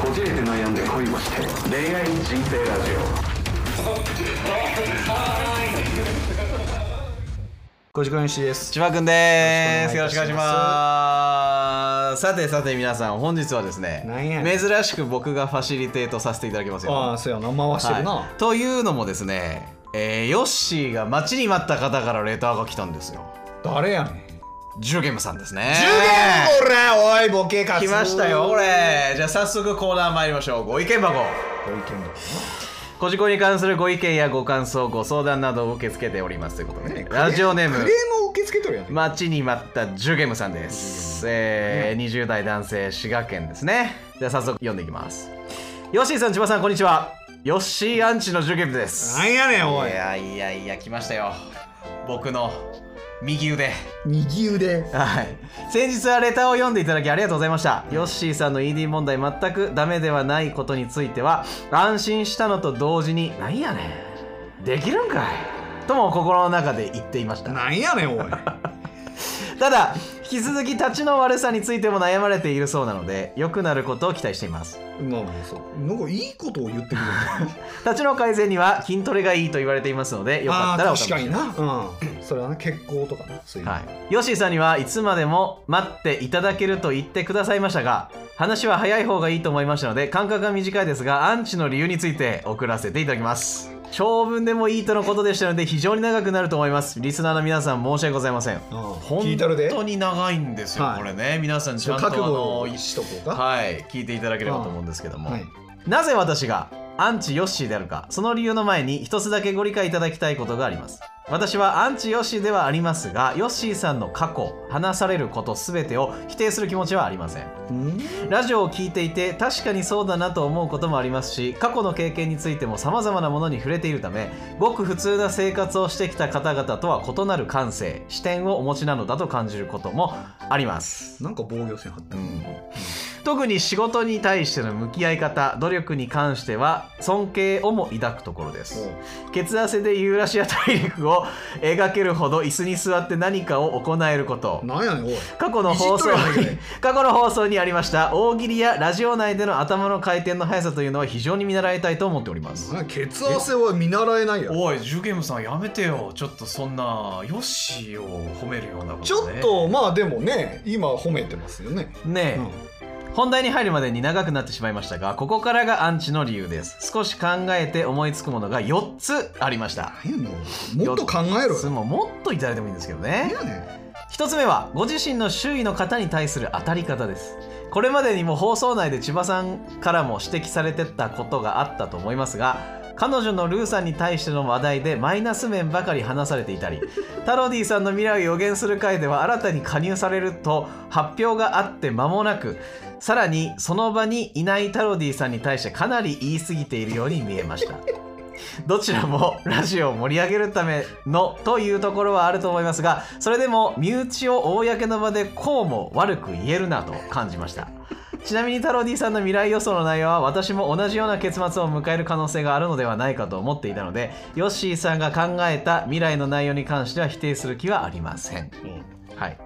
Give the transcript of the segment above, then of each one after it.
こじれて悩んで恋をして恋愛人生ラジ小島よしです千葉くんです。よろよろしくしくお願いしお願いしまます。さてさて皆さん、本日はですねなんや、ねん珍しく僕がファシリテートさせていただきますよ。ああそうやな回してるな、はいというのもですね、えーヨッシーが待ちに待った方からレターが来たんですよ。誰やねんジュゲムさんですね。十元これおいボケか来ましたよ、ここれれ。じゃあ早速コーナー参りましょう。ご意見箱。ご意見だこじこに関するご意見やご感想、ご相談などを受け付けておりますということで、ね、クレラジオネームクレー。ムを受け付けとるやん待ちに待ったジュゲムさんです、えー20代男性滋賀県ですねじゃあ早速読んでいきますヨッシーさん千葉さんこんにちはヨッシーアンチのジュゲムですなんやねんおいいやいやいや来ましたよ僕の右腕右腕はい先日はレターを読んでいただきありがとうございました、ヨッシーさんの ED 問題全くダメではないことについては安心したのと同時になんやねんできるんかいとも心の中で言っていましたなんやねんおいただ引き続き立ちの悪さについても悩まれているそうなので良くなることを期待していますなんかそうなんかいいことを言ってくる立ちの改善には筋トレがいいと言われていますの でよかったらおあ試ーし確かになうんそれはな血行とかなそういうのはい、ヨッシーさんにはいつまでも待っていただけると言ってくださいましたが話は早い方がいいと思いましたので間隔が短いですがアンチの理由について送らせていただきます長文でもいいとのことでしたので非常に長くなると思いますリスナーの皆さん申し訳ございませんうん聞い本たるで当に長いんですよ、はいこれね皆さんちゃんとあ覚悟のをしとこうかはい、聞いていただければと思うんですけども、はいなぜ私がアンチヨッシーであるかその理由の前に一つだけご理解いただきたいことがあります私はアンチヨッシーではありますがヨッシーさんの過去話されること全てを否定する気持ちはありませんうんラジオを聞いていて確かにそうだなと思うこともありますし過去の経験についても様々なものに触れているためごく普通な生活をしてきた方々とは異なる感性視点をお持ちなのだと感じることもありますなんか防御線張ってる特に仕事に対しての向き合い方努力に関しては尊敬をも抱くところです血汗でユーラシア大陸を描けるほど椅子に座って何かを行えることなんやねんおい過去の放送いじっとるやないに 過去の放送にありました大喜利やラジオ内での頭の回転の速さというのは非常に見習いたいと思っておりますなんか血汗は見習えないやろおいジュゲムさんやめてよちょっとそんなヨッシーを褒めるようなこちょっとまあでもね今褒めてますよね、ねえ、うん本題に入るまでに長くなってしまいましたがここからがアンチの理由です少し考えて思いつくものが4つありました何やねんもっと考えろ4つよももっといただいてもいいんですけど何ねやね1つ目はご自身の周囲の方に対する当たり方ですこれまでにも放送内で千葉さんからも指摘されてたことがあったと思いますが彼女のルーさんに対しての話題でマイナス面ばかり話されていたりタロディさんの未来を予言する回では新たに加入されると発表があって間もなくさらにその場にいないタロディさんに対してかなり言い過ぎているように見えましたどちらもラジオを盛り上げるためのというところはあると思いますがそれでも身内を公の場でこうも悪く言えるなと感じましたちなみにタロディさんの未来予想の内容は私も同じような結末を迎える可能性があるのではないかと思っていたのでヨッシーさんが考えた未来の内容に関しては否定する気はありません、はい、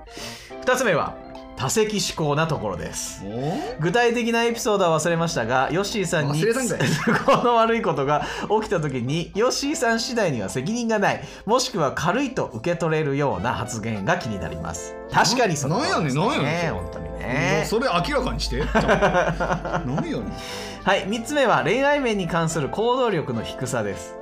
2つ目は多席思考なところですんお具体的なエピソードは忘れましたがヨッシーさんに忘れたんかい都合の悪い ことが起きた時にヨッシーさん次第には責任がないもしくは軽いと受け取れるような発言が気になります確かにその通りですなんやねんなんやねん本当にもうねそれ明らかにして何やねんはい3つ目は恋愛面に関する行動力の低さです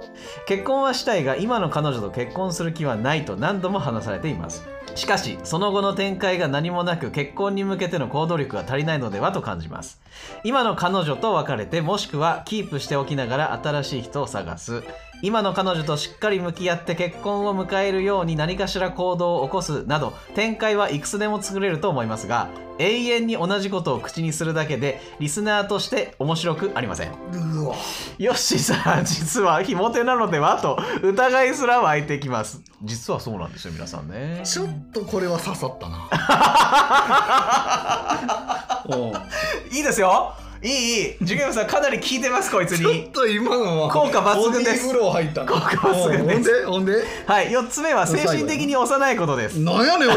結婚はしたいが今の彼女と結婚する気はないと何度も話されていますしかしその後の展開が何もなく結婚に向けての行動力が足りないのではと感じます今の彼女と別れてもしくはキープしておきながら新しい人を探す今の彼女としっかり向き合って結婚を迎えるように何かしら行動を起こすなど展開はいくつでも作れると思いますが永遠に同じことを口にするだけでリスナーとして面白くありませんうわヨッシーさん実はひも手なのではと疑いすら湧いてきます実はそうなんですよ皆さんねちょっとこれは刺さったなおう いいですよいいいいジュゲムさんかなり効いてますこいつちょっにと今のは効果抜群ですボディーブロー入ったな効果抜群ですうんほんでほんではい4つ目は精神的に幼いことですなんやねんおい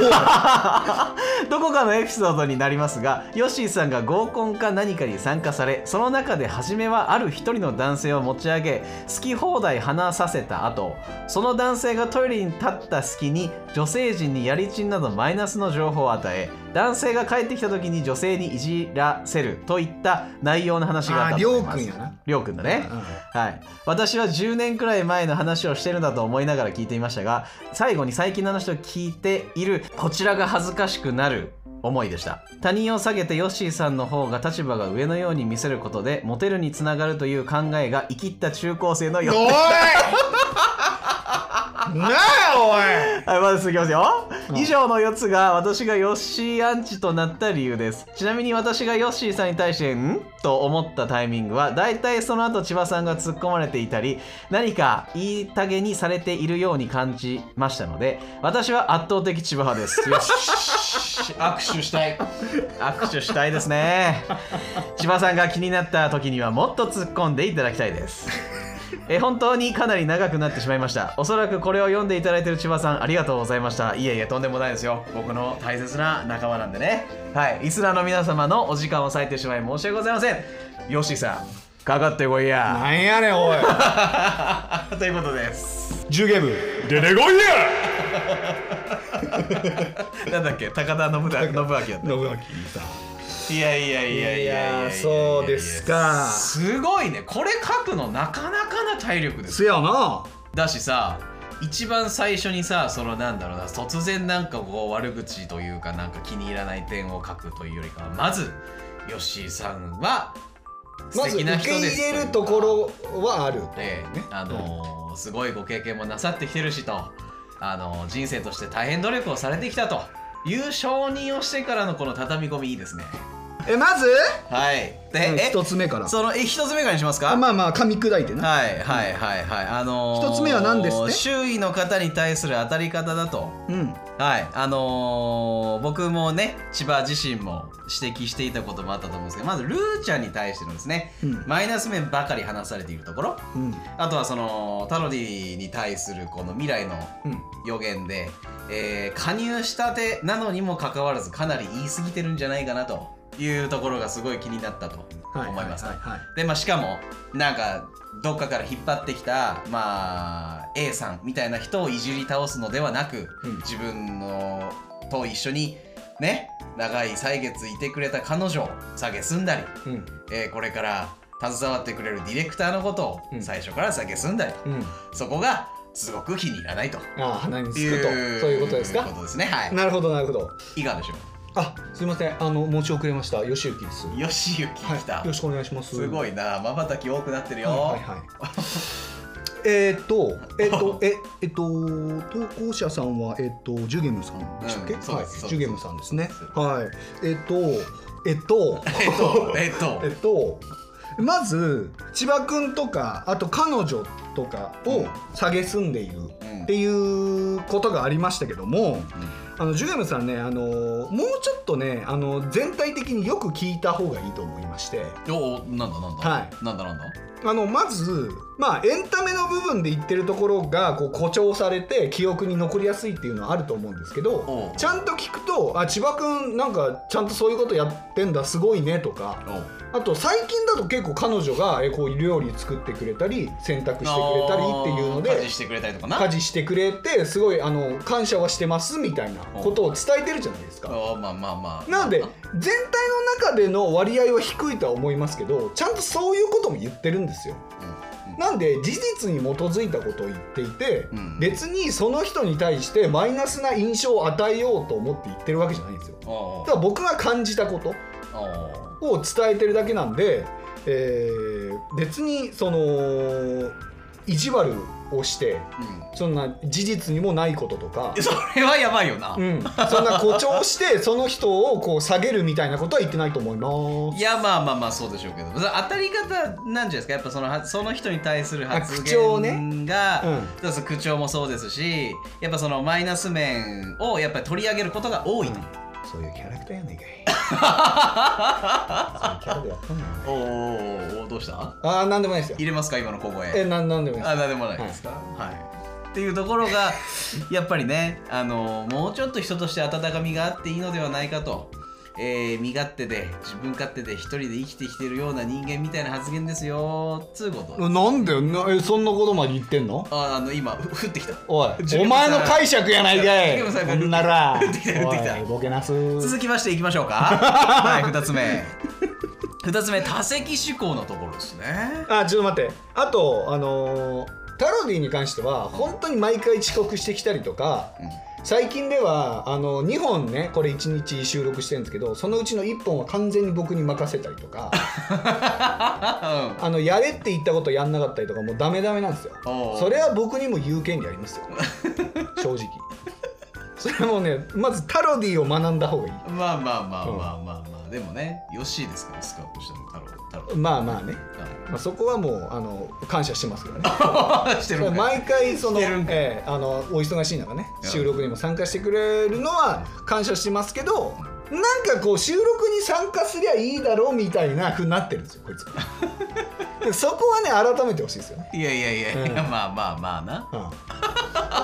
どこかのエピソードになりますがヨッシーさんが合コンか何かに参加されその中で初めはある一人の男性を持ち上げ好き放題話させた後その男性がトイレに立った隙に女性陣にやりちんなどマイナスの情報を与え男性が帰ってきた時に女性にいじらせるといった内容の話がああったーとりょ思いうますくんやなりょうくんだね、はい、私は10年くらい前の話をしてるんだと思いながら聞いていましたが最後に最近の話を聞いているこちらが恥ずかしくなる思いでした他人を下げてヨッシーさんの方が立場が上のように見せることでモテるにつながるという考えが生きった中高生のおいよなあはい、まず続きますよ。以上の4つが私がヨッシーアンチとなった理由です。ちなみに私がヨッシーさんに対して、んと思ったタイミングは、大体その後千葉さんが突っ込まれていたり、何か言いたげにされているように感じましたので、私は圧倒的千葉派です。よし。 握手したい。握手したいですね。千葉さんが気になった時にはもっと突っ込んでいただきたいです。えー本当にかなり長くなってしまいましたおそらくこれを読んでいただいている千葉さんありがとうございましたいえいえとんでもないですよ僕の大切な仲間なんでねはいリスナーの皆様のお時間を割いてしまい申し訳ございませんヨッシーさんかかってこいお いやなんやねんおいということですジュゲム出てこいやなんだっけ高田信信明やっ信明さたいやいやいやいやいやそうですかすごいねこれ書くのなかなかな体力ですよせやなだしさ一番最初にさそのなんだろうな突然なんかこう悪口というかなんか気に入らない点を書くというよりかはまずヨッシーさんは素まず敵受なけ人です入れるというかころはあるでねあのーすごいご経験もなさってきてるしと、あのー人生として大変努力をされてきたという承認をしてからのこの畳み込みいいですねえまずはいで、うんえ一つ目からそのえ一つ目からにしますかあまあまあ噛み砕いてなはいはいはいはいあのー一つ目は何ですって周囲の方に対する当たり方だとうんはいあのー僕もね千葉自身も指摘していたこともあったと思うんですけどまずルーちゃんに対してのですね、うんマイナス面ばかり話されているところうんあとはそのタロディに対するこの未来のうん予言で、えー加入したてなのにもかかわらずかなり言い過ぎてるんじゃないかなというところがすごい気になったとはい思いますねはいはいでまあしかもなんかどっかから引っ張ってきたまあ A さんみたいな人をいじり倒すのではなく、うん自分のと一緒にね長い歳月いてくれた彼女を下げすんだり、うんえーこれから携わってくれるディレクターのことうをん最初から下げすんだり、うんそこがすごく気に入らないとああ鼻についうくとそういうことですこかとですねはいなるほどなるほどいかがでしょあすいませんあの申し遅れました吉行ですうよしゆきはいきた、よろしくお願いしますすいごいなまばたき多くなってるよ、はいはいはいえーっとえーっとええーっと投稿者さんはえーっとジュゲムさんでしたっけ、うんそうはでいすそうですジュゲムさんですねそうはいですえーっとえーっ とえ っとえっとえっとまず千葉君とかあと彼女とかうをん蔑んでいるうんっていうことがありましたけども、あのジュゲムさんねあのもうちょっとねあの全体的によく聞いた方がいいと思いましておおなんだなんだ、はなんだなんだあのまず、まあ、エンタメの部分で言ってるところがこう誇張されて記憶に残りやすいっていうのはあると思うんですけどおうちゃんと聞くと「あ千葉君なんかちゃんとそういうことやってんだすごいね」とかおあと最近だと結構彼女がえこう料理作ってくれたり洗濯してくれたりっていうのあー家事でしてくれたりとかな家事してくれてすごいあの感謝はしてますみたいなことを伝えてるじゃないですか。あーまあまあまあなので全体の中での割合は低いとは思いますけどちゃんとそういうことも言ってるんですよ。なんで事実に基づいたことを言っていて、うん別にその人に対してマイナスな印象を与えようと思って言ってるわけじゃないんですよ。おおただ僕が感じたことおを伝えてるだけなんで、えー別にその意地悪をしてうんそんな事実にもないこととかえ、 それはやばいよな、うん、そんな誇張してその人をこう下げるみたいなことは言ってないと思いますい。やまあまあまあそうでしょうけどそれ当たり方なんじゃないですかやっぱそのはその人に対する発あ口調言がうんそうそう口調もそうですしやっぱそのマイナス面をやっぱり取り上げることが多いとそういうキャラクターや ないかいそういうキャラでやったんだよおーおーおーどうしたああなんでもないですよ入れますか今の小声えなんなんでもないあで何でもないですか、はい、っていうところが やっぱりねあのもうちょっと人として温かみがあっていいのではないかと、えー身勝手で自分勝手で一人で生きてきてるような人間みたいな発言ですよつうことすなんでなえそんなことまで言ってんのああの今ふ降ってきたおいジュリおムさん前の解釈やないかジュリいムさんそがんなら言ってきた言ってきたおいボケなす続きましていきましょう かはい2つ目2つ目多席思考のところですねあちょっと待ってあとあのータロディに関しては本当に毎回遅刻してきたりとか、最近ではあの2本ねこれ1日収録してるんですけどそのうちの1本は完全に僕に任せたりとかああのやれって言ったことやんなかったりとかもうダメダメなんですよおうそれは僕にも言う権利あり ますよ正直それはもうねまずタロディを学んだ方がいいうんまあまあまあまあまあまあでもねよしいですからスカウトしたの太郎太郎まあまあね、はいまあ、そこはもうあの感謝してますけどね してるんかい毎回その、してるんかいええあのお忙しい中ねうん収録にも参加してくれるのは感謝してますけどなんかこう収録に参加すりゃいいだろうみたいなふうになってるんですよこいつ でそこはね改めてほしいですよね、いやいやいや、うんまあまあまあなうん、そ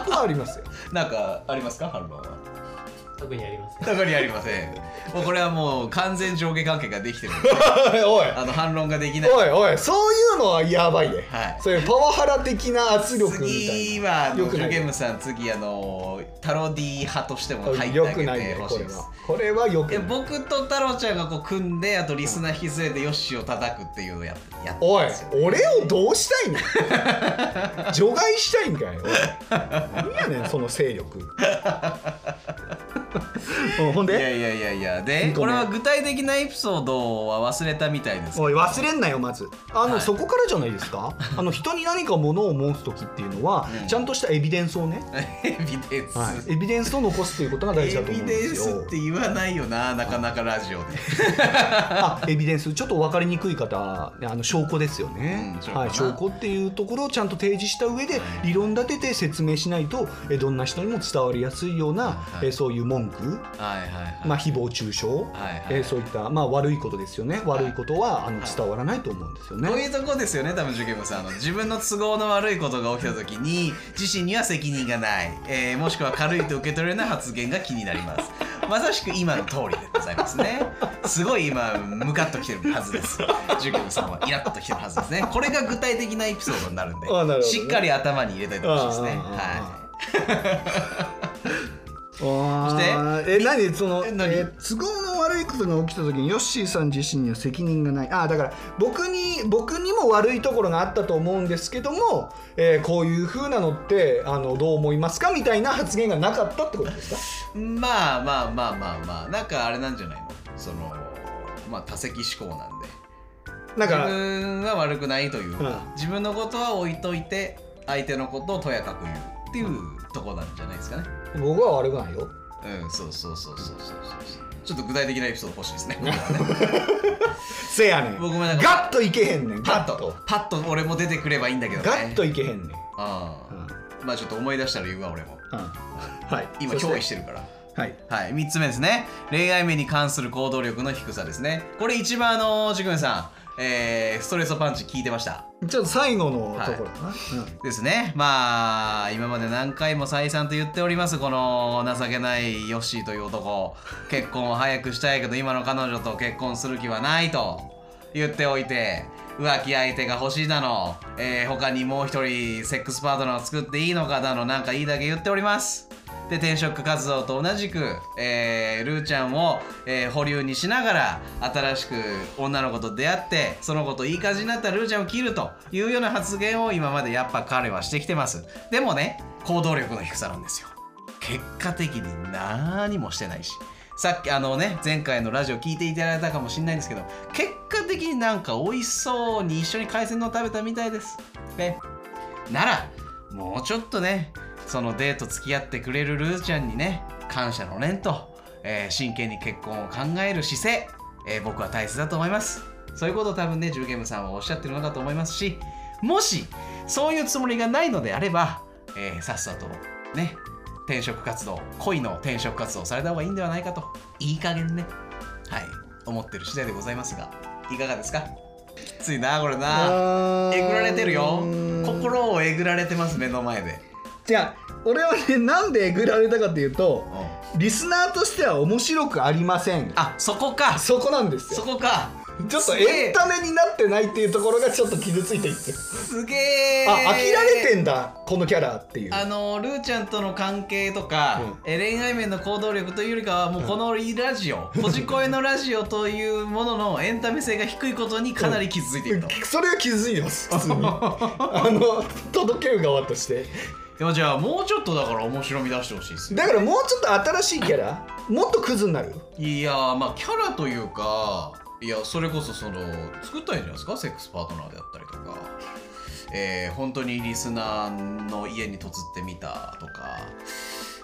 こはありますよなんかありますか春馬は特にありません特にありませんもうこれはもう完全上下関係ができてる おいあの反論ができないおいおいそういうのはやばいね、はいそういうパワハラ的な圧力みたい次なはあのよジくなュいゲームさん次あのタロディ派としても入ってよあくげないてねほこしいれですはこれはよくでない僕と太郎ちゃんがこう組んであとリスナー引き連れてヨッシーを叩くっていうのをやっやっておたんいですよ俺をどうしたいの 除外したいんかいおい何やねんその勢 力おほんいでやいやいやいやでごこめれんは具体的なエピソードは忘れたみたいですおい忘れんなよまずあの、はいそこからじゃないです かあの人に何かものを申す時っていうのは、うんちゃんとしたエビデンスをね、 エビデンス、はいエビデンスを残すっていうことが大事だと思うんですエビデンよスって言わないよななかなかラジオであエビデンスちょっと分かりにくい方あの証拠ですよねうん、証拠はい、な証拠っていうところをちゃんと提示した上ではい理論立てて説明しないとえどんな人にも伝わりやすいような、はいえそういう文句、はいはいはい、まあ、誹謗中傷、はいはいえそういった、まあ、悪いことですよね悪いことはあの伝わらないと思うんですよね。こういうとこですよね多分受験部さんあの自分の都合の悪いことが起きた時に自身には責任がない、えーもしくは軽いと受け取れない発言が気になりますまさしく今の通りでございますねすごい今ムカッときてるはずです受験部さんはイラッときてるはずですねこれが具体的なエピソードになるんであなるほどねしっかり頭に入れといてほしいですねああはあーそしてえ何そのえ何え都合の悪いことが起きた時にヨッシーさん自身には責任がないあーだから僕に僕にも悪いところがあったと思うんですけども、えーこういう風なのってあのどう思いますかみたいな発言がなかったってことですかいまあまあまあまあまあなんかあれなんじゃないのそのまあ多席思考なんでだから自分は悪くないというか、う自分のことは置いといて相手のことをとやかく言うっていうとこなんじゃないですかね僕は悪くないようんそうそうそうそうそうそうちょっと具体的なエピソード欲しいです ねせやねん僕もなんかガッといけへんねんパッガッととパッと俺も出てくればいいんだけどねガッといけへんねん、あうんうんあまあちょっと思い出したら言うわ俺もはい今そして憑依してるからはいはい、3つ目ですね恋愛面に関する行動力の低さですねこれ一番あのジュくんさん、えーストレスパンチ聞いてましたちょっと最後のところかな、うんですねまあ今まで何回も再三と言っておりますこの情けないヨッシーという男結婚を早くしたいけど今の彼女と結婚する気はないと言っておいて浮気相手が欲しいだの、えー他にもう一人セックスパートナーを作っていいのかだのなんかいいだけ言っておりますで転職活動と同じく、えー、ルーちゃんを、えー保留にしながら新しく女の子と出会ってその子といい感じになったらルーちゃんを切るというような発言を今までやっぱ彼はしてきてますでもね行動力の低さなんですよ結果的に何もしてないしさっきあのね前回のラジオ聞いていただいたかもしれないんですけど結果的になんか美味しそうに一緒に海鮮丼食べたみたいですねならもうちょっとねそのデート付き合ってくれるルーちゃんにね感謝の念と、えー真剣に結婚を考える姿勢、えー僕は大切だと思いますそういうことを多分ねジューゲームさんはおっしゃってるのだと思いますしもしそういうつもりがないのであれば、えーさっさとね転職活動恋の転職活動された方がいいんではないかといい加減ねはい思ってる次第でございますがいかがですかきついなこれなえぐられてるよ心をえぐられてます目の前で、じゃあ俺はねなんでえぐられたかっていうとうんリスナーとしては面白くありませんあそこかそそこなんですよこかちょっとすげえエンタメになってないっていうところがちょっと傷ついていってすげえあ飽きられてんだこのキャラっていうあのルーちゃんとの関係とか、え恋愛面の行動力というよりかはもうこのラジオ「こじこえのラジオ」というもののエンタメ性が低いことにかなり傷ついていると、 それは気づいてます普通にあの届ける側としてでもじゃあもうちょっとだから面白み出してほしいですねだからもうちょっと新しいキャラもっとクズになるよいやーまあキャラというかいやそれこそその作ったらいいんじゃないですかセックスパートナーであったりとかえー、本当にリスナーの家に嫁ってみたとか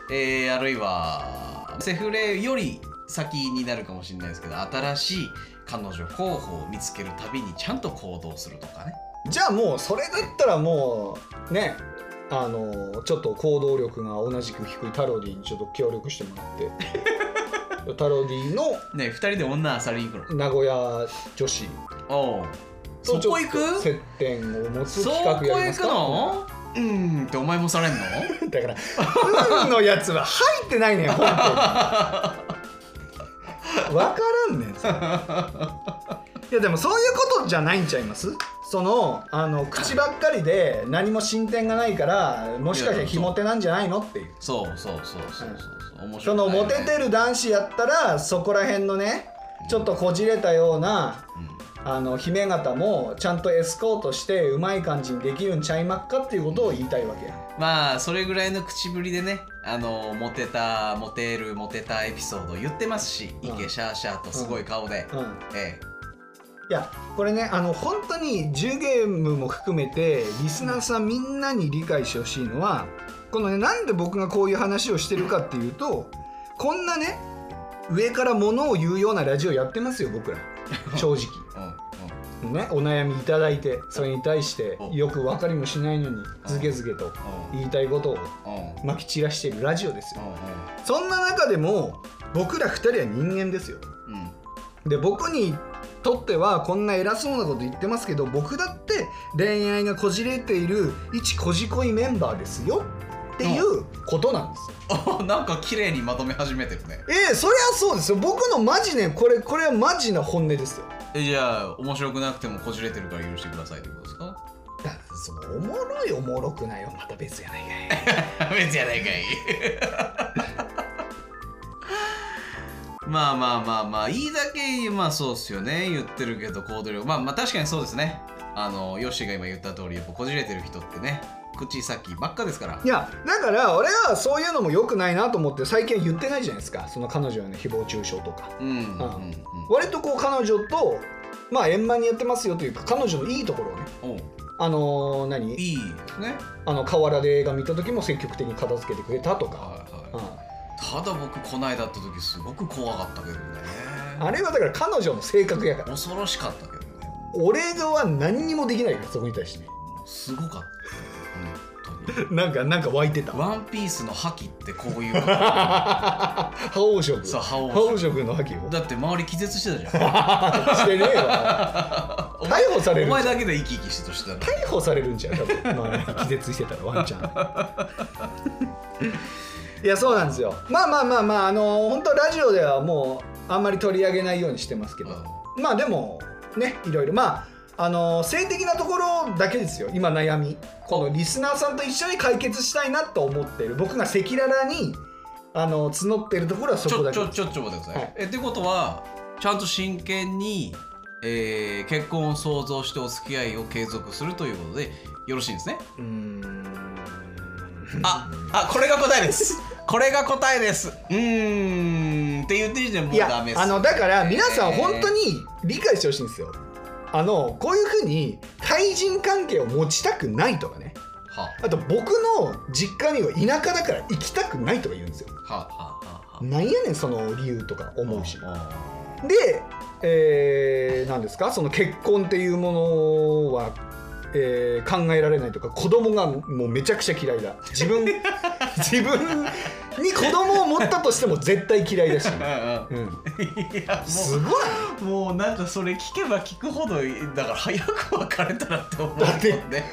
えー、あるいはセフレより先になるかもしれないですけど新しい彼女候補を見つけるたびにちゃんと行動するとかねじゃあもうそれだったらもうねあのちょっと行動力が同じく低いタロディにちょっと協力してもらって タロディのね二人で女あさりに行く名古屋女子のおうそとちょこっ行とく接点を持つそ企画やこりま行すかくのうんってお前もされんのだから「うん」のやつは入ってないねん本当に分からんねんそれいやでもそういうことじゃないんちゃいますそのあの口ばっかりで何も進展がないからもしかしたらひも手なんじゃないのっていうそうそうそうそうそう、面そ白くなのいよモねテてる男子やったらそこら辺のねちょっとこじれたようなあの姫方もちゃんとエスコートしてうまい感じにできるんちゃいまっかっていうことを言いたいわけや。まあそれぐらいの口ぶりでねあのモテたモテるモテたエピソードを言ってますしうんイケシャーシャーとすごい顔で、うんええいやこれねあの本当に10ゲームも含めてリスナーさんみんなに理解してほしいのはこのねなんで僕がこういう話をしてるかっていうとこんなね上から物を言うようなラジオやってますよ僕ら正直うんうんねお悩みいただいてそれに対してよく分かりもしないのにずけずけと言いたいことをうんうんまき散らしてるラジオですようそんな中でも僕ら2人は人間ですよんうんで僕にとってはこんな偉そうなこと言ってますけど僕だって恋愛がこじれている一こじこいメンバーですよっていうことなんですよ。あなんか綺麗にまとめ始めてるねええそりゃそうですよ僕のマジねこれこれはマジな本音ですよ。えじゃあ面白くなくてもこじれてるから許してくださいってことですかだからそのおもろいおもろくないよまた別やないかい。別やないかいまあまあまあまあいいだけまあそうっすよね言ってるけど行動力まあまあ確かにそうですねあのヨッシーが今言った通りやっぱこじれてる人ってね口先ばっかですから いやだから俺はそういうのも良くないなと思って最近は言ってないじゃないですかその彼女の誹謗中傷とか。うんうんうん割とこう彼女とまあ円満にやってますよというか彼女のいいところをねおうあのー何いいですねあの河原で映画見た時も積極的に片付けてくれたとか、はいうんはいただ僕こないだ会った時すごく怖かったけどねあれはだから彼女の性格やから恐ろしかったけどね俺は何にもできないからそこに対してねもうすごかった本当になんかなんか湧いてたワンピースの覇気ってこういう覇王色そう覇王色覇王色の覇気 をだって周り気絶してたじ ゃんしてねえわ逮捕され おるん前じゃんだけで生き生きしてとしてたの逮捕されるんじゃん多分、まあ、気絶してたらワンちゃん いやそうなんですよまあまあまあまああの本当ラジオではもうあんまり取り上げないようにしてますけど、まあでもねいろいろまああの性的なところだけですよ今悩みこのリスナーさんと一緒に解決したいなと思ってる僕が赤裸々にあの募ってるところはそちこょだちけょちょちょ待ってください、はいえってことはちゃんと真剣に、えー結婚を想像してお付き合いを継続するということでよろしいんですねうーんああこれが答えです これが答えですうーんって言ってる時点でもいうダやメですあのだから皆さん本当に理解してほしいんですよあのこういうふうに対人関係を持ちたくないとかねはあと僕の実家には田舎だから行きたくないとか言うんですよあはあはあはあなんやねんその理由とか思うしあで、えー、なんですかその結婚っていうものはえー考えられないとか子供がもうめちゃくちゃ嫌いだ自 分自分に子供を持ったとしても絶対嫌いだし、ううん、んいやすごいもうもうなんかそれ聞けば聞くほどだから早く別れたらって思うもだってんね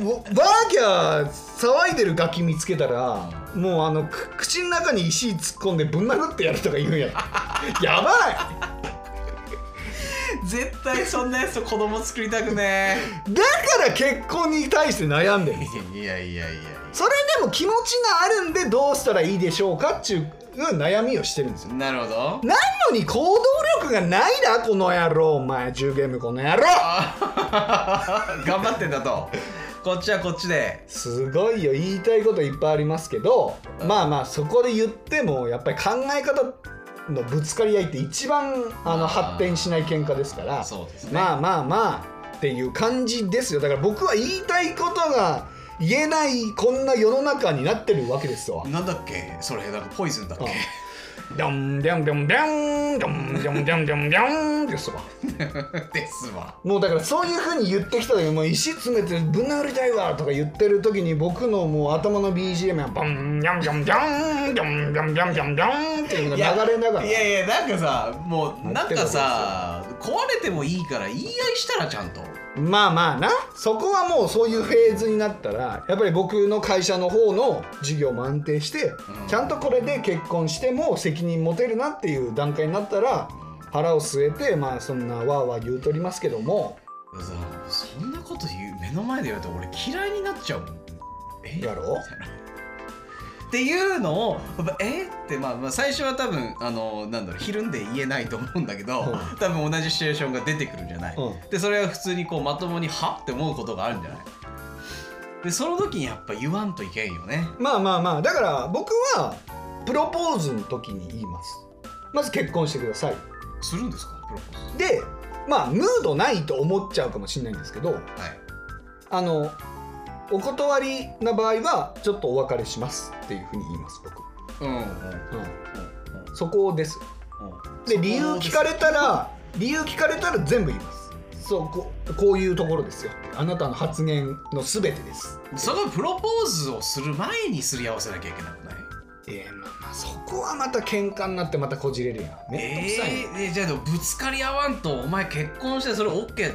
もうバーキャー騒いでるガキ見つけたらもうあのく口の中に石突っ込んでぶん殴ってやるとか言うんややば絶対そんなやつと子供作りたくねいだから結婚に対して悩んでるえいやいやいやいやそれでも気持ちがあるんでどうしたらいいでしょうかっていう悩みをしてるんですよなるほど なのに行動力がないだこの野郎お前10ゲームこの野郎あー頑張ってんだとこっちはこっちですごいよ言いたいこといっぱいありますけどまあまあそこで言ってもやっぱり考え方のぶつかり合いって一番あのあー発展しない喧嘩ですからそうですねまあまあまあっていう感じですよだから僕は言いたいことが言えないこんな世の中になってるわけですよ。なんだっけそれなんかポイズンだっけあドンドンドンドンドンドンドンドンドンですわ。ですわもうだからそういうふうに言ってきた時もう石詰めてぶん殴りたいわとか言ってる時に僕のもう頭の BGM はバンジャンジャンジャンジャンジャンジャンジャンジャンっていうのが流れながらいやいやなんかさもうななっんてるわけかですよさ壊れてもいいから言い合いしたらちゃんとまあまあなそこはもうそういうフェーズになったらやっぱり僕の会社の方の事業も安定してんちゃんとこれで結婚しても責任持てるなっていう段階になったら腹を据えてまあそんなわーわー言うとりますけどもさそんなこと言う目の前で言うと俺嫌いになっちゃうもんえやろみたいなっていうのをやっぱえって、まあ、まあ最初は多分あのなんだろうひるんで言えないと思うんだけど、う多分同じシチュエーションが出てくるんじゃない、うんでそれは普通にこうまともにはって思うことがあるんじゃないでその時にやっぱ言わんといけんよねまあまあまあだから僕はプロポーズの時に言いますまず結婚してくださいするんですかプロポーズでまあムードないと思っちゃうかもしれないんですけどはいあのお断りな場合はちょっとお別れしますっていうふうに言います僕、うんうんうん、そこですうんで理由聞かれたら理由聞かれたら全部言いますそうここういうところですよあなたの発言の全てですそのプロポーズをする前にすり合わせなきゃいけなくないえーまあまあそこはまた喧嘩になってまたこじれるやんめんどくさいね、えーえじゃあでもぶつかり合わんとお前結婚してそれ OK だってずっ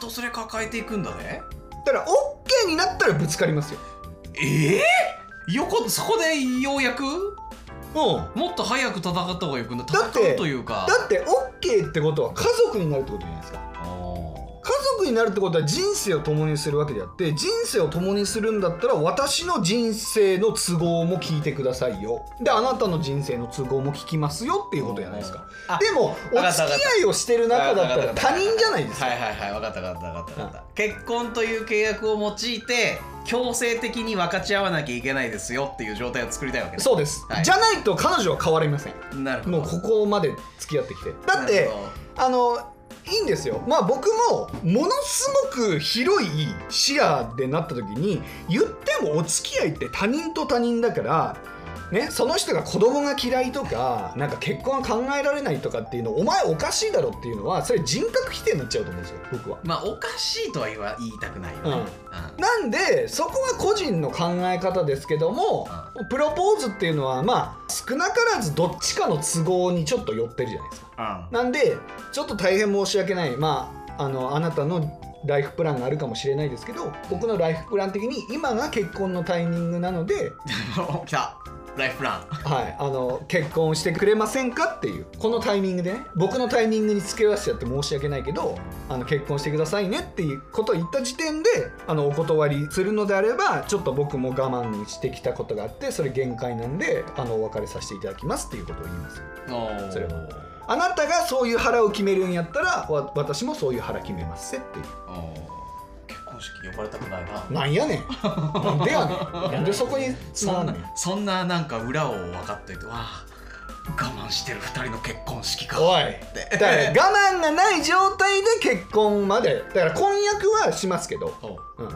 とそれ抱えていくんだねだから OK になったらぶつかりますよええ横そこでようやくうんもっと早く戦った方がよくなだって戦うというかだって OK ってことは家族になるってことじゃないですかあー家族になるってことは人生を共にするわけであって人生を共にするんだったら私の人生の都合も聞いてくださいよであなたの人生の都合も聞きますよっていうことじゃないですかあでもおわか付きったわかった合いをしてる中だったら他人じゃないですかはいはいはい分かった分かった分かった分かった結婚という契約を用いて強制的に分かち合わなきゃいけないですよっていう状態を作りたいわけねそうです、はいじゃないと彼女は変わりませんなるほどもうここまで付き合ってきてだっなてるほどあのいいんですよまあ僕もものすごく広い視野でなった時に言ってもお付き合いって他人と他人だから、ね、その人が子供が嫌いとかなんか結婚は考えられないとかっていうのお前おかしいだろっていうのはそれ人格否定になっちゃうと思うんですよ僕は。まあおかしいとは言わ言いたくないよね、うんなんでそこは個人の考え方ですけどもプロポーズっていうのはまあ少なからずどっちかの都合にちょっと寄ってるじゃないですか。うんなんでちょっと大変申し訳ないまああのあなたのライフプランがあるかもしれないですけど僕のライフプラン的に今が結婚のタイミングなので、 お来たライフプランはい、あの結婚してくれませんかっていうこのタイミングでね僕のタイミングに付け合わせちゃって申し訳ないけどあの結婚してくださいねっていうことを言った時点であのお断りするのであればちょっと僕も我慢してきたことがあってそれ限界なんであのお別れさせていただきますっていうことを言います。おーそれはあなたがそういう腹を決めるんやったらわ私もそういう腹決めますせっていおー結婚式呼ばれたくないなうなんやねんなんでやねん なんでそこにつそまんんねなんそんななんか裏を分かっといてわあ我慢してる2人の結婚式かおいだから我慢がない状態で結婚までだから婚約はしますけど、おううん、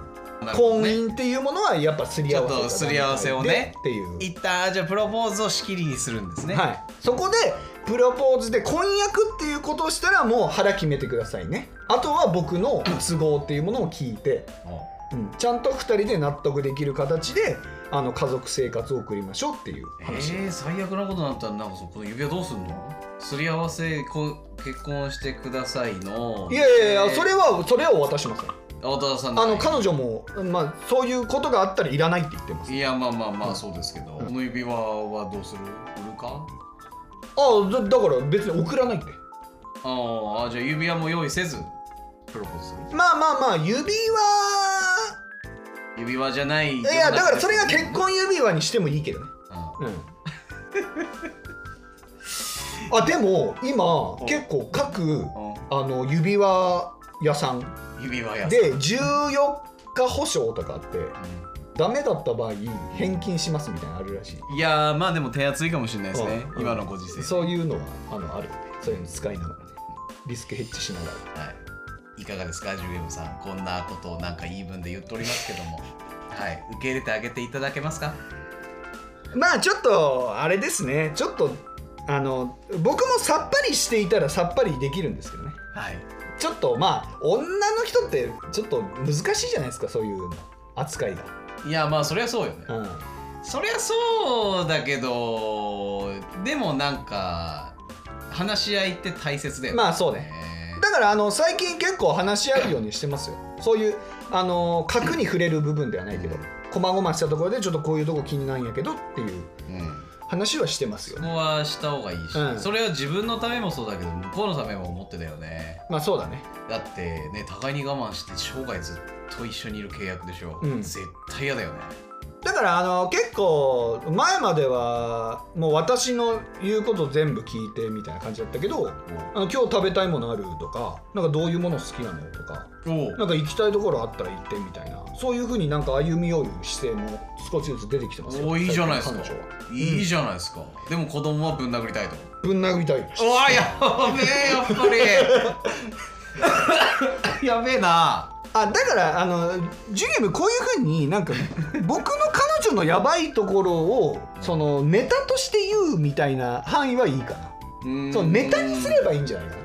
なるほど婚ね姻っていうものはやっぱすり合わせちょっとすり合わせをねっていう一旦じゃあプロポーズをしきりにするんですね、はい、そこでプロポーズで婚約っていうことをしたらもう腹決めてくださいねあとは僕の都合っていうものを聞いて、うん、ちゃんと2人で納得できる形であの家族生活を送りましょうっていうえ話、ー、最悪なことになったらなんかそこの指輪どうすんのすり合わせこ結婚してくださいのいやいやいえやーそれはそれは渡しません青田さんあの彼女も、まあ、そういうことがあったらいらないって言ってますいやまあまあまあそうですけど、うんこの指輪はどうする売るかああだだから別に送らないってああじゃあ指輪も用意せずプロポーズするまあまあまあ指輪指輪じゃないいいやだからそれが結、婚指輪にしてもいいけどねううんあでも今結構各んあの指輪屋さんうん指輪やで14日保証とかあってダメだった場合返金しますみたいなのあるらしいいやーまあでも手厚いかもしれないですね、うん今のご時世そういうのはあのあるんでそういうの使いながらねリスクヘッジしながらはい、いかがですかジュリエムさんこんなことをなんか言い分で言っておりますけ どもはい受け入れてあげていただけますかまあちょっとあれですねちょっとあの僕もさっぱりしていたらさっぱりできるんですけどねはいちょっとまあ女の人ってちょっと難しいじゃないですかそういうの扱いが、いやまあそりゃそうよねうん、そりゃそうだけどでもなんか話し合いって大切だよねまあそうねだからあの最近結構話し合うようにしてますよそういうあの核に触れる部分ではないけど細々したところでちょっとこういうとこ気になんやけどっていううん話はしてますよそねこはした方がいいし、うんそれは自分のためもそうだけど向こうのためも思ってたよねまあそうだねだってね互いに我慢して生涯ずっと一緒にいる契約でしょ、うん絶対嫌だよねだからあの結構前まではもう私の言うこと全部聞いてみたいな感じだったけどあの今日食べたいものあるとかなんかどういうもの好きなのとかおなんか行きたいところあったら行ってみたいなそういうふうになんか歩み寄る姿勢も少しずつ出てきてますよおいいじゃないです最か近の彼女はいいじゃないですか、でも子供はぶん殴りたいとぶん殴りたいですおわやべえやっぱ りやべえなあだからあのジュゲムこういうふうに なんか僕の彼女のやばいところをそのネタとして言うみたいな範囲はいいかなそのネタにすればいいんじゃないかな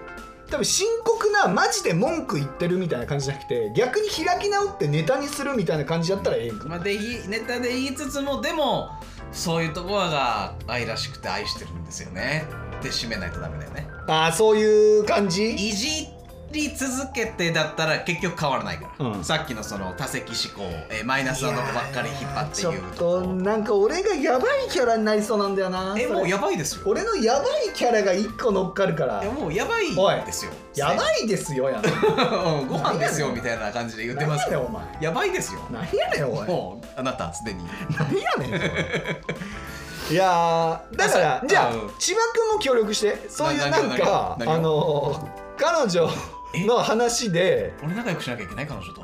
多分深刻なマジで文句言ってるみたいな感じじゃなくて逆に開き直ってネタにするみたいな感じだったらええんかまあ、でいネタで言いつつもでもそういうところが愛らしくて愛してるんですよねで締めないとダメだよねああそういう感じいじり続けてだったら結局変わらないから、うんさっきのその多席思考、えーマイナスなとこばっかり引っ張ってちょっ言うととなんか俺がやばいキャラになりそうなんだよなえそれもうやばいですよ俺のやばいキャラが一個乗っかるからいやもうやばいおいですよ やばいいですよやご飯ですよみたいな感じで言ってますけ何やどねんお前やばいですよ何やねんおいもうあなたすでに何やねんそれいやーだからあそうじゃあうん千葉君も協力してそういうななんか何を何をあのー彼女えの話で俺仲良くしなきゃいけない彼女と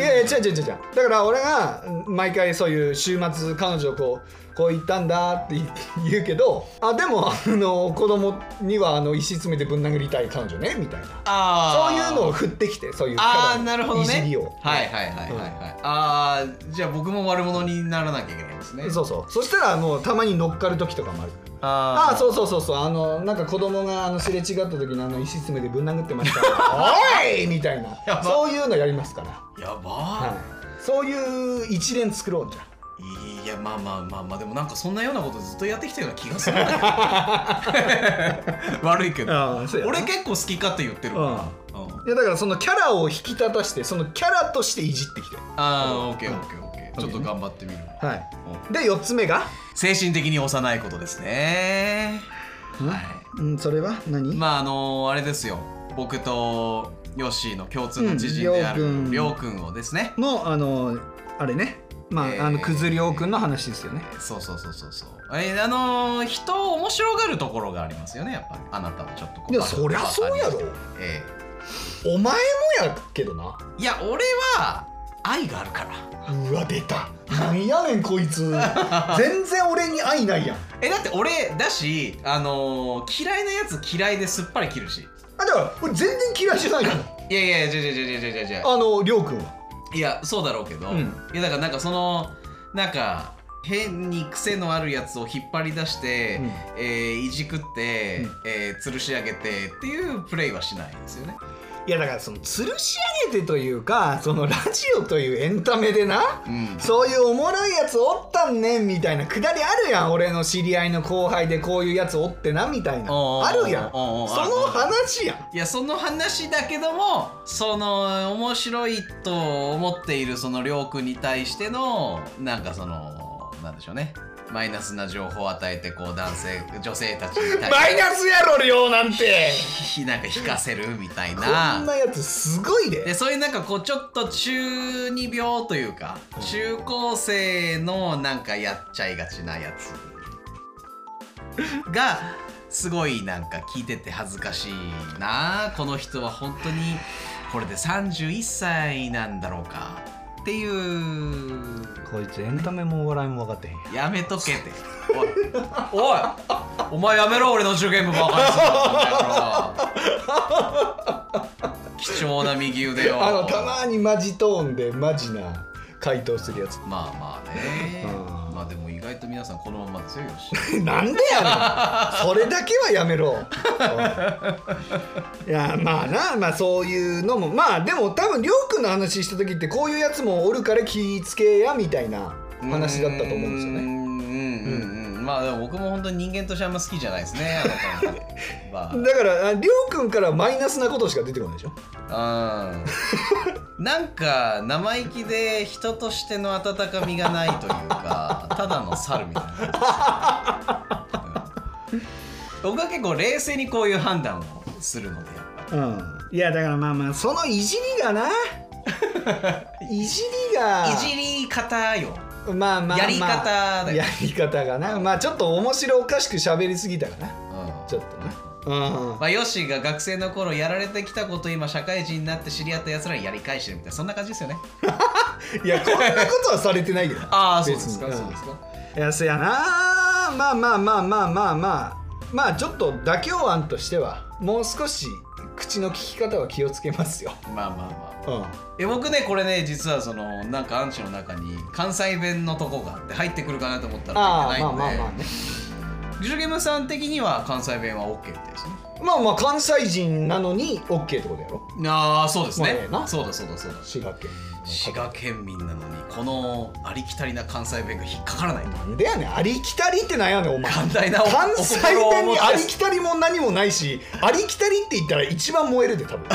いやいや違う違う違う違うだから俺がうん毎回そういう週末彼女こうこう言ったんだって言言うけどあでもあの子供にはあの石詰めてぶん殴りたい彼女ねみたいなそうあいうのを振ってきてそういうキャラあのーなるほどねいじりをはいはいはいはいはい、ああじゃあ僕も悪者にならなきゃいけないですねそうそうそしたらもうたまに乗っかる時とかもあるあああそうそうそうそうあのなんか子供があのすれ違った時にあの石詰めでぶん殴ってましたおいみたいなやばそういうのやりますから、うやばはい、そういう一連作ろうじゃんい、いやまあまあまあまあでもなんかそんなようなことずっとやってきたような気が するんだけど悪いけどああそうやな俺結構好き勝手言ってるから、うんいやだからそのキャラを引き立たしてそのキャラとしていじってきてああオッケーオッケーオッケーちょっと頑張ってみる、はいうんで4つ目が、精神的に幼いことですねはいうん、それは何、まああのあれですよ僕とヨッシーの共通の知人であうんるりりょょううくんをですねのあのあれねまあ、えーあのくずりょうくんの話ですよねそうそうそうそうそうえーあのー人を面白がるところがありますよねやっぱりあなたはちょっとこういやそりゃそうやろえお前もやけどなえいや俺は愛があるからうわ出たなんやねんこいつ全然俺に愛ないやんえだって俺だしあのー嫌いなやつ嫌いですっぱり切るしあだから俺全然嫌いじゃないのいやいやいやじゃじゃじゃじゃじゃじゃあのりょうくんはいやそうだろうけど、うんいやだからなんかそのなんか変に癖のあるやつを引っ張り出して、うんえーいじくって、うんえー吊るし上げてっていうプレイはしないんですよね。いやだからその吊るし上げてというかそのラジオというエンタメでなうんそういうおもろいやつおったんねんみたいなくだりあるやん俺の知り合いの後輩でこういうやつおってなみたいなおうおうあるやんそおうおうのある話やんいやその話だけどもその面白いと思っているそのりょうくんに対してのなんかそのなんでしょうねマイナスな情報を与えてこう男性女性たちに対マしイナスやろ量なんててなんか引かせるみたいこなんなやつすごいででそういうなんかこうちょっと中二病というか中高生のなんかやっちゃいがちなやつがすごいなんか聞いてて恥ずかしいなこの人は本当にこれで31歳なんだろうかっていうこいつエンタメもお笑いも分かってへんややめとけっておいおいお前やめろ俺の受験部ばかりする貴重な右腕をあのたまにマジトーンでマジな回答するやつ まあまあうねんまあでも意外と皆さんこのままですよよしなんでやねんそれだけはやめろ うんいやまあなまあそういうのもまあでも多分りょうくんの話した時ってこういうやつもおるから気ぃつけやみたいな話だったと思うんですようねんうんうんうんまあでも僕も本当に人間としてあんま好きじゃないですねあなたのまあだからありょうくんからマイナスなことしか出てこないでしょ うんなんか生意気で人としての温かみがないというかただの猿みたいな感じです、うん僕は結構冷静にこういう判断をするのでやっぱうんいやだからまあまあそのいじりがな いじりがりいじり方よまあまあまあやり方だよやり方がなまあちょっと面白おかしく喋りすぎたかなうんちょっとなうんまあ、ヨッシーが学生の頃やられてきたことを今社会人になって知り合ったやつらにやり返してるみたいなそんな感じですよねいやこんなことはされてないけど あそうですかそうですかいやそやなまあまあまあまあまあまあまあちょっと妥協案としてはもう少し口の聞き方は気をつけますよまあまあまあうんえ僕ねこれね実はそのなんかアンチの中に関西弁のとこがあって入ってくるかなと思ったらあ入っあてまなあいまあまあのでねジュゲムさん的には関西弁は OK みたいですねまあまあ関西人なのに OK ってことやろああそうですまあえねえなそうだそうだそうだ滋賀県滋賀県民なのにこのありきたりな関西弁が引っかからないなんでやねんありきたりってなんやねんお前寛大なお関西お心をお弁持にちあでりすきたりも何もないしありきたりって言ったら一番燃えるで多 分い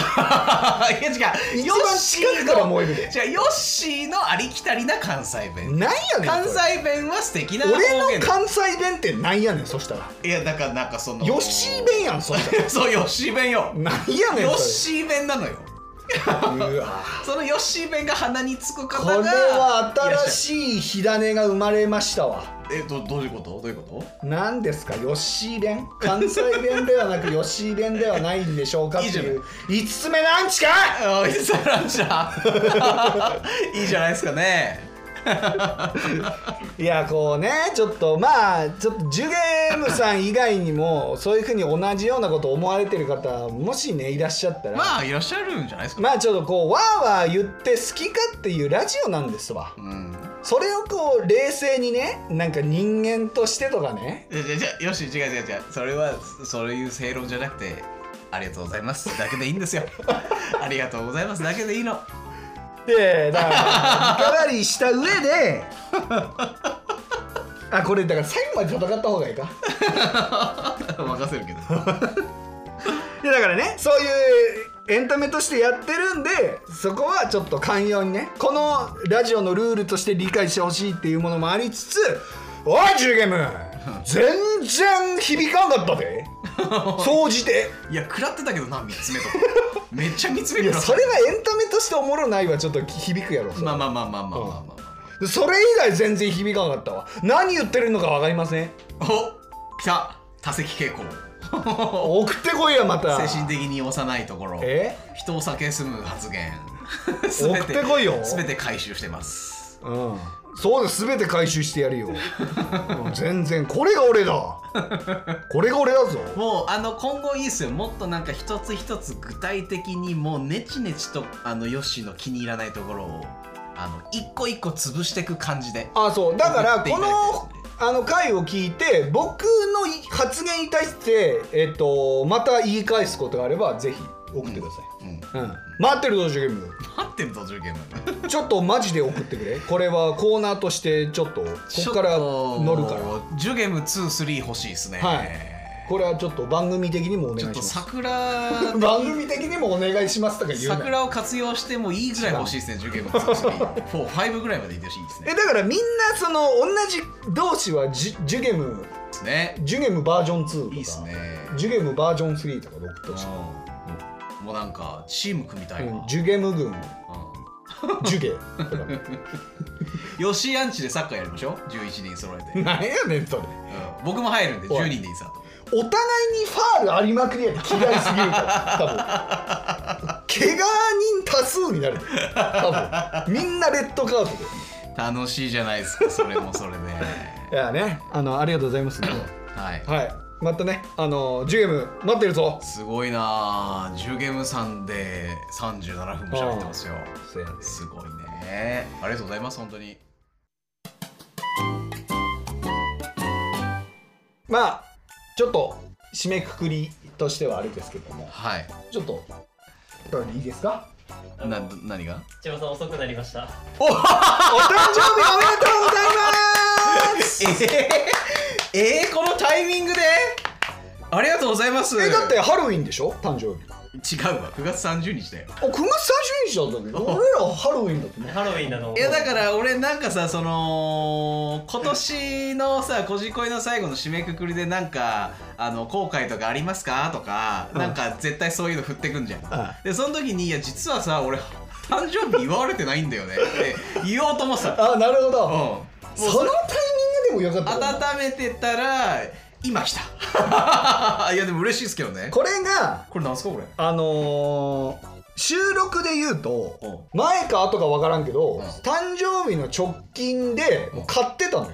や違う一番近くから燃えるでじゃあヨッシーのありきたりな関西弁なんやねんそ関れ西弁は素敵な方俺言の関西弁ってなんやねんそしたらいやだからなんかそのヨッシー弁やんそしたら そうヨッシー弁よなんやねんそれヨッシー弁なのようわそのヨッシー弁が鼻につく方こがれはいらっし新しい火種が生まれましたわゃるえどどういうことどういうこと何ですかヨッシー 弁関西弁ではなくヨッシー弁ではないんでしょうかっていいじゃないいう5つ目なんちかいああいつらじゃ いいじゃないですかねいやこうねちょっとまあちょっとジュゲームさん以外にもそういうふうに同じようなことを思われてる方もしねいらっしゃったら、まあいらっしゃるんじゃないですか、まあちょっとこうわーわー言って好きかっていうラジオなんですわうんそれをこう冷静にねなんか人間としてとかねじゃじゃじゃよし違う違う違うそれはそういう正論じゃなくてありがとうございますだけでいいんですよ ありがとうございますだけ でいいのでだからリカバリーした上で あこれだから最後まで戦った方がいいか 任せるけどいやだからねそういうエンタメとしてやってるんでそこはちょっと寛容にねこのラジオのルールとして理解してほしいっていうものもありつつ「おいジュゲーム全然響かんかったで」総じていや食らってたけどな3つ 目とかめっちゃ3つ目い食やらってそたれはエンタメとしておもろないはちょっと響くやろそれまあまあまあまあまあまあまそれ以外全然響かなかったわ何言ってるのか分かりませんあ、お来た多席傾 向送ってこいやまた精神的に幼いところえ人を 避けすむ発言送ってこいよ全て回収してますうんそうです全て回収してやるようん全然これが俺だこれが俺だぞもうあの今後いいですよもっとなんか一つ一つ具体的にもうネチネチとあのヨッシーの気に入らないところをあの一個一個潰していく感じであそうだから送っていこただいのてですねあの回を聞いて僕のい発言に対して、えっと、また言い返すことがあればぜひ送ってください、うん待うん待ってる道場ゲームってる途中ゲームちょっとマジで送ってくれこれはコーナーとしてちょっとこちょこっかとら乗るからもうジュゲム23欲しいですねはいこれはちょっと番組的にもおちょ願っいしとます桜 番組的にもお願いしますとか言うな桜を活用してもいいぐらい欲しいですねジュゲム235ぐらいまでいってほしいですえねだからみんなその同じ同士はジュジュゲムですねジュゲムバージョン2とかいいですねジュゲムバージョン3とかで送ってほしい、うんもうなんかチーム組みたいうんわジュゲム軍ジュ ゲとかヨシアンチでサッカーやりましょう11人揃えて、うんなんやねんそれ僕も入るんでおい10人でいいさとお互いにファールありまくりやで気が合いすぎるから多分怪我人多数になる多分みんなレッドカードで楽しいじゃないですかそれもそれでいやねあのありがとうございます、はいはいまたねあのジュゲム待ってるぞすごいなあ10ゲーム3で37分も喋ってますよそうやですすごいねありがとうございます本当にまあちょっと締めくくりとしてはあれですけどもはいちょっとどれでいいですかあなの何が千葉さん遅くなりました。お誕生日おめでとうございますええこのタイミングでありがとうございますえだってハロウィンでしょ誕生日違うわ9月30日だよあ9月30日だったけど 俺らハロウィンだったねハロウィンなの。いやだから俺なんかさその今年のさ「こじこい」の最後の締めくくりでなんかあの後悔とかありますかとかなんか絶対そういうの振ってくんじゃん、んでその時に「いや実はさ俺誕生日祝われてないんだよね」って言おうと思ってた、うん、 あなるほど、もうそのタイミングでもよかった温めてたら今来た いやでも嬉しいですけどねこれがこれなんすかこれあのー収録で言うとうん前か後か分からんけど、うん誕生日の直近でもう買ってたのよ、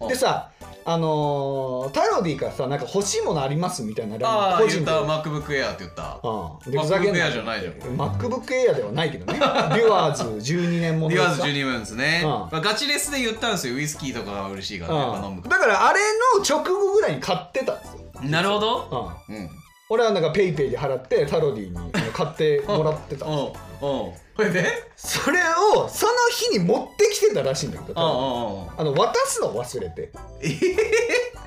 うんでさあのー、タロディからさなんか欲しいものありますみたいなああ個言っ人でた MacBook Air って言ったうんでふざけ MacBook んな Air じゃないじゃん MacBook Air ではないけどね デュアーズ12年ものデでュすアーかズ12分ですね、うんまあ、ガチレスで言ったんですよウイスキーとかが嬉しいから、ね、やっぱ飲むうんかだからあれの直後ぐらいに買ってたんですよ、らなるほどうん、うんうん俺はなんかペイペイで払ってタロディに買ってもらってたうんこれでそれをその日に持ってきてたらしいんだけどうんうんうあんの渡すの忘れてえ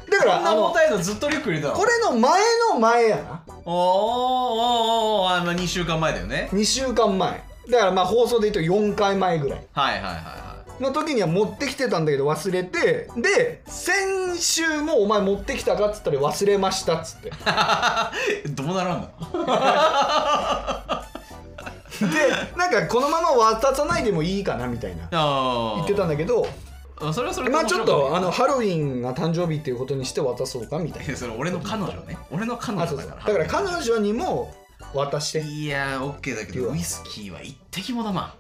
えだかこんらなあ重のたいのずっとリュック入れたのこれの前の前やなおーおーおーおーあまあ2週間前だよね2週間前だからまあ放送で言うと4回前ぐらいはいはいはいはの時には持ってきてたんだけど忘れてで先週も「お前持ってきたか?」っつったら「忘れました」っつってでい どうならんのなんかこのまま渡さないでもいいかなみたいなああ言ってたんだけどあそれはそれでまあちょっとあ面白かのハロウィンが誕生日っていうことにして渡そうかみたいたいや それ俺の彼女ね俺の彼な女あそうだそうだかからら彼女にも渡していやーオッケーだけデュどアウイスキーは一滴も飲まん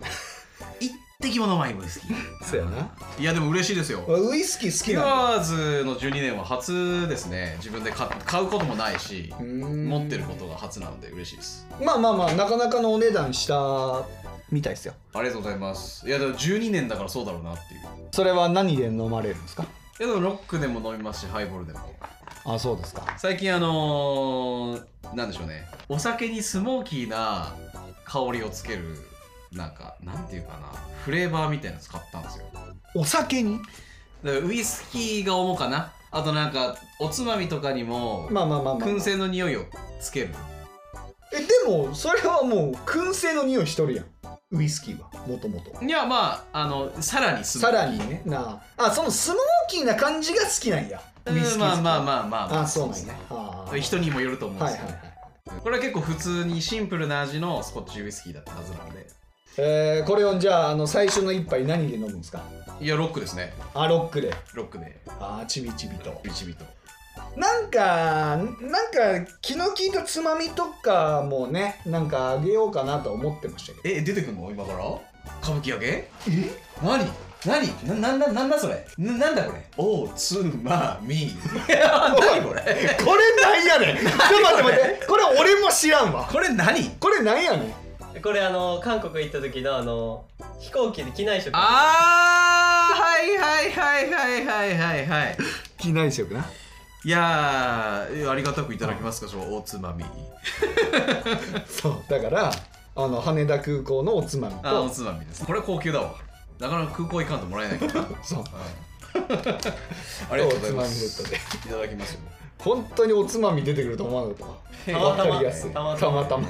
一滴も飲まんよウイスキーそうやないやでも嬉 しいですよウイスキー好きピュなんだアーズの12年は初ですね自分で買買うこともないしうーん持ってることが初なので嬉しいですまあまあまあなかなかのお値段したみたいですよありがとうございますいやでも12年だからそうだろうなっていういそれは何で飲まれるんですかやでもロックでも飲みますしハイボールでもあそうですか最近あのー、なんでしょうねお酒にスモーキーな香りをつけるなんかなんていうかなフレーバーみたいなの使ったんですよお酒にだからウイスキーが主かなあとなんかおつまみとかにもまあまあまあまあ燻製の匂いをつけるえでもそれはもう燻製の匂いしとるやんウイスキーはもともといやまああのさらにスモさらにねなああそのスモーキーな感じが好きなんやウうんイスキー好きまあまあまあまあ、まあそうなんですねねあー人にもよると思うんではいすはいけど、はいこれは結構普通にシンプルな味のスコッチウイスキーだったはずなのでえー、これをじゃああの最初の一杯何で飲むんですかいやロックですねあロックでロックであーちびちびとビチビとなんかなんか気の利いたつまみとかもねなんかあげようかなと思ってましたけどえ出てくんの今から歌舞伎揚げえ何何ななななんだそれななんだこれおつまみ 何これこれなんやねん ちょっと待って待ってこれ俺も知らんわこれ何これなんやねんこれあの韓国行った時のあの飛行機で機内食あーはいはいはいはいはいはいはい機内食ないやーありがたくいただきますかそのおつまみ そうだからあの羽田空港のおつまみあーおとつまみですこれ高級だわなかなか空港行かんともらえないからそう ありがとうございまおつまみすセッいただきますよ本当におつまみ出てくると思わなかったわた分またまかりやすいたまたたままたま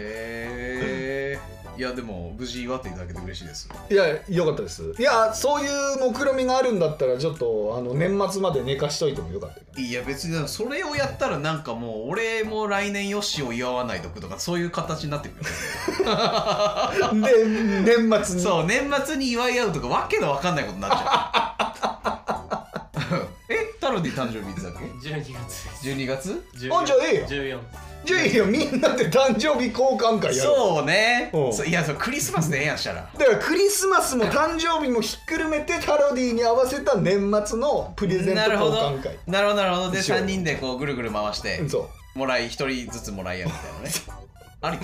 えー、いやでも無事祝っていただけて嬉しいですいやよかったですいやそういう目論見みがあるんだったらちょっとあの年末まで寝かしといてもよかったよいや別にそれをやったらなんかもう俺も来年よしを祝わないとくとかそういう形になってくるよで年末にそう年末に祝い合うとかわけのわかんないことになっちゃ うえタロディ誕生日いつだっけ12月12月あじゃあええやん14じゃあいいよみんなで誕生日交換会やろうそうねうんそういやそうクリスマスでええやんしたらだからクリスマスも誕生日もひっくるめてタロディに合わせた年末のプレゼントなる交ほど換会なるほどなるほどで一緒3人でこうぐるぐる回してうんそうもらい1人ずつもらい合うみたいなねあり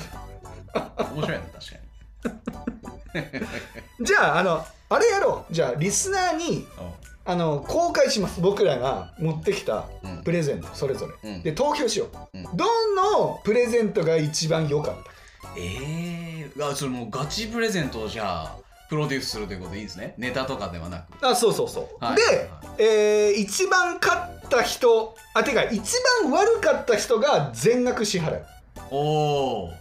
だ面白いな確かにじゃああのあれやろうじゃあリスナーにあの公開します僕らが持ってきたうんプレゼントそれぞれ、うんで投票しよう、うんどのプレゼントが一番良かったええー、あそれもうガチプレゼントをじゃあプロデュースするということでいいですねネタとかではなくあそうそうそう、はいで、えー一番勝った人あてか一番悪かった人が全額支払うおお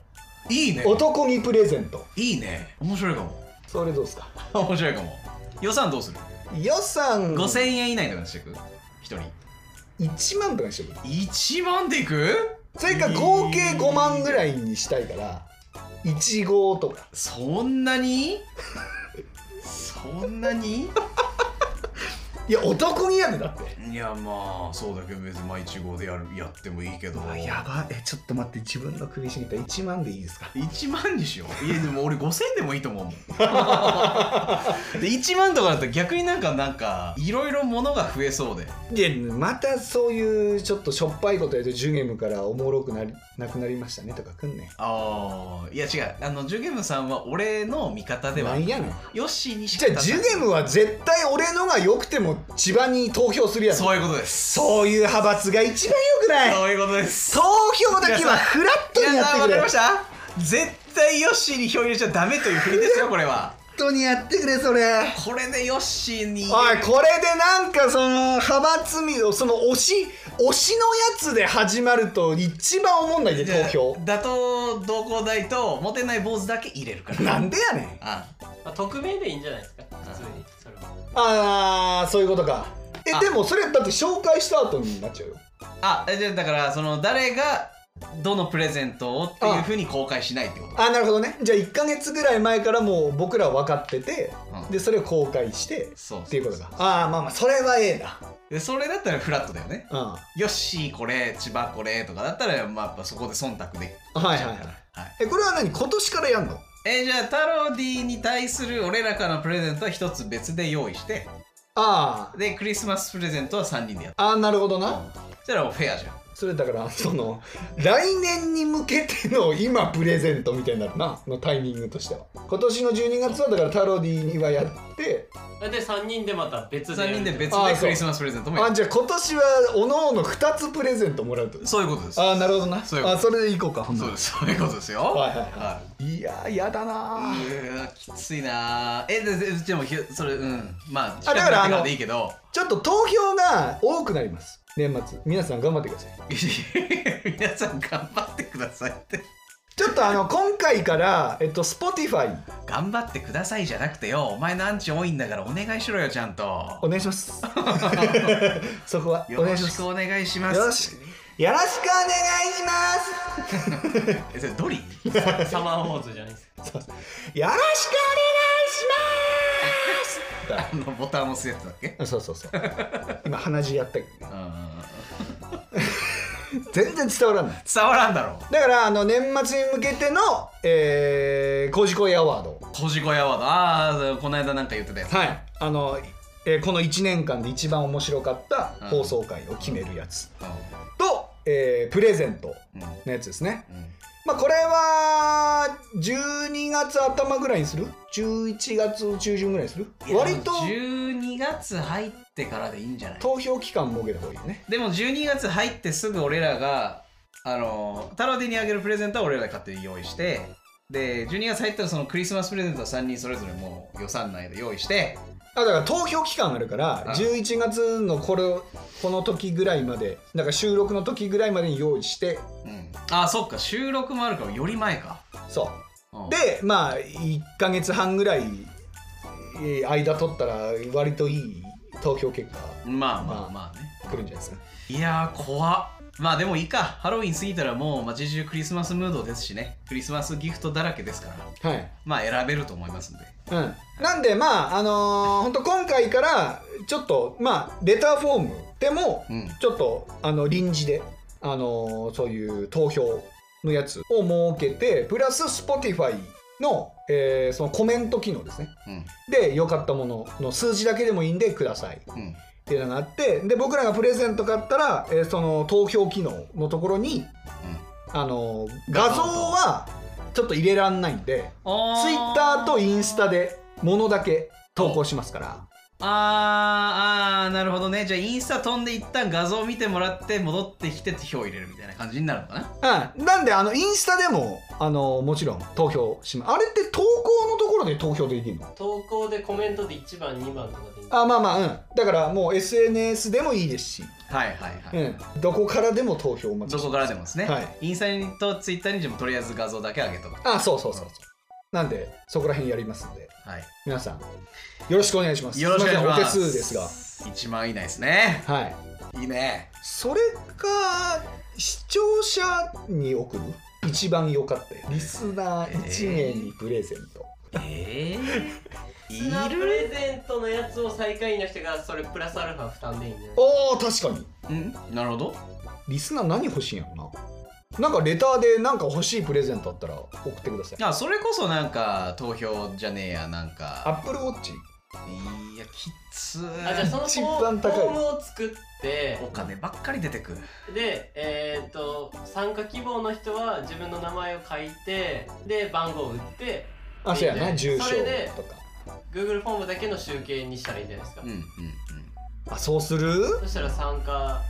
いいね男にプレゼントいいね面白いかも それどうですか面白いかも予算どうする、予算5000円以内とかにしていく1人1万とかにしてもいい1万でいくそれか合計5万ぐらいにしたいから1号とかそん なにそんなにいや男にやでだっていやまあそうだけど別に毎日号でやるやってもいいけどあやばいえちょっと待って自分の首絞めた1万でいいですか1万にしよういやでも俺5000でもいいと思うもん で1万とかだと逆になんかなんかいろいろ物が増えそうででまたそういうちょっとしょっぱいことやるとジュゲムからおもろくなりなくなりましたねとかくんねああいや違うあのジュゲムさんは俺の味方ではなんやねんヨッシーにしじかゃあジュゲムは絶対俺のが良くても千葉に投票するやつそういうことですそういう派閥が一番良くないそういうことです投票だけはフラットにや皆ってさんく分かれりました絶対ヨッシーに票入れちゃダメという振りですよこれはフラットにやってくれそれこれでヨッシーにおいこれでなんかその派閥みその推し推しのやつで始まると一番おもんないで投票だと同行代とモテない坊主だけ入れるからなんでやねんあまあ匿名でいいんじゃないですか普通にそれはあーそういうことかえあでもそれだって紹介した後になっちゃうよあえじゃあだからその誰がどのプレゼントをっていうふうに公開しないってことあなるほどねじゃあ1か月ぐらい前からもう僕らは分かってて、うんでそれを公開してそうっていうことかああまあまあそれはええなでそれだったらフラットだよねうんはよっしーこれ千葉これとかだったらまあやっぱそこで忖度でいはいはいはいえこれは何今年からやんのえじゃあタロディに対する俺らからのプレゼントは一つ別で用意してあーでクリスマスプレゼントは3人でやっあーなるほどたなそしたらもうフェアじゃんそれだからその来年に向けての今プレゼントみたいになるなのタイミングとしては今年の12月はだからタロディにはやってで3人でまた別で3人で別あーでそうクリスマスプレゼントもやあるじゃあ今年はおのおの2つプレゼントもらうってことそういうことですああなるほどなそういうことあそれでいこうかほんなそうらですそういうことですよはいはいははいいいやーやだなーうわきついなーえでででもひそれうんまああだからあの近くなってらでいいけど ちょっと投票が多くなります年末皆さん頑張ってください皆さん頑張ってくださいってちょっとあの今回からえっと Spotify 頑張ってくださいじゃなくてよお前のアンチ多いんだからお願いしろよちゃんおと願いします そこはおよ願ろいしましすくお願いしますよろしよろしくお願いしますえそれドリサマーウォーズじゃないですかよろしくお願いしまあのボタン押すやつだっけすそうそうそう今鼻血やったけどうんうんうん全然伝わらない伝わらんだろだからあの年末に向けての、えー、工事恋アワードコジコヤワードああこの間なんか言ってたやつはいあの、えーこの1年間で一番面白かった放送回を決めるやつと、えープレゼントうんうんのやつですねうんまあこれは12月頭ぐらいにする11月中旬ぐらいにする割と12月入ってからでいいんじゃない投票期間設けた方がいいよねでも12月入ってすぐ俺らがあのタロディにあげるプレゼントは俺らが勝手に用意してで12月入ったらそのクリスマスプレゼントは3人それぞれもう予算内で用意してあだから投票期間あるからうん11月のこれをこの時ぐらいまでだから収録の時ぐらいまでに用意してうんあそっか収録もあるからより前か、そううんでまあ1ヶ月半ぐらいえー間取ったら割といい投票結果まあまあまあね来るんじゃないですかいやー怖っまあでもいいかハロウィン過ぎたらもう街中クリスマスムードですしねクリスマスギフトだらけですからはいまあ選べると思いますんでうん、なんでまああのー、本当今回からちょっとまあレターフォームでもうんちょっとあの臨時で、あのーそういう投票のやつを設けてプラス Spotify の,、えーそのコメント機能ですねうんで良かったものの数字だけでもいいんでくださいっうんていうのがあってで僕らがプレゼント買ったら、えーその投票機能のところに、あのー画像はちょっと入れらんないんで。ツイッターとインスタでものだけ投稿しますからあーあーなるほどねじゃあインスタ飛んで一旦画像を見てもらって戻ってきてって票を入れるみたいな感じになるのかなうん、なんであのインスタでもあのもちろん投票しますあれって投稿のところで投票できるの投稿でコメントで1番2番とかでいいあまあまあうんだからもう SNS でもいいですし、はいはいはうい、ん、どこからでも投票お待ちどしてこまからでもですね、はいインスタにとツイッターにでもとりあえず画像だけ上げとくすあそうそうそうそうなんでそこら辺やりますんではい皆さんよろしくお願いしますよろしくお願いしますすませんお手数ですが1万以内ですねはいいいねそれか視聴者に送る一番良かったやつリスナー1名にプレゼント、ええいー、いプるレゼントのやつを最下位の人がそれプラスアルファ負担でいいんじゃないあー確かにうんなるほどリスナー何欲しいんやろななんかレターでなんか欲しいプレゼントあったら送ってくださいあそれこそなんか投票じゃねえやなんアかップルウォッチいやきつーあじゃあその一フォ番ーフ高いォームを作ってお金ばっかり出てくるでえーっと参加希望の人は自分の名前を書いてで番号を打ってあそうやいいなね住所それでとか Google フォームだけの集計にしたらいいんじゃないですか、うんうんうんあそうするそしたら参加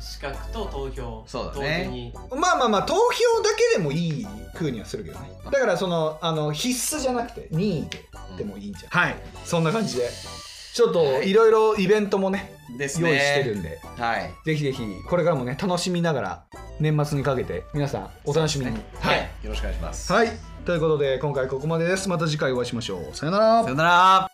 資格と投票そうだ同ね時にまあまあまあ投票だけでもいい風にはするけどねだからそのあの必須じゃなくて任意ででもいいんじゃん、はいそんな感じでちょっといろいろイベントもねです用ね意してるんではいぜひぜひこれからもね楽しみながら年末にかけて皆さんお楽しみに、はい、よろしくお願いしますはいということで今回ここまでですまた次回お会いしましょうさよならさよなら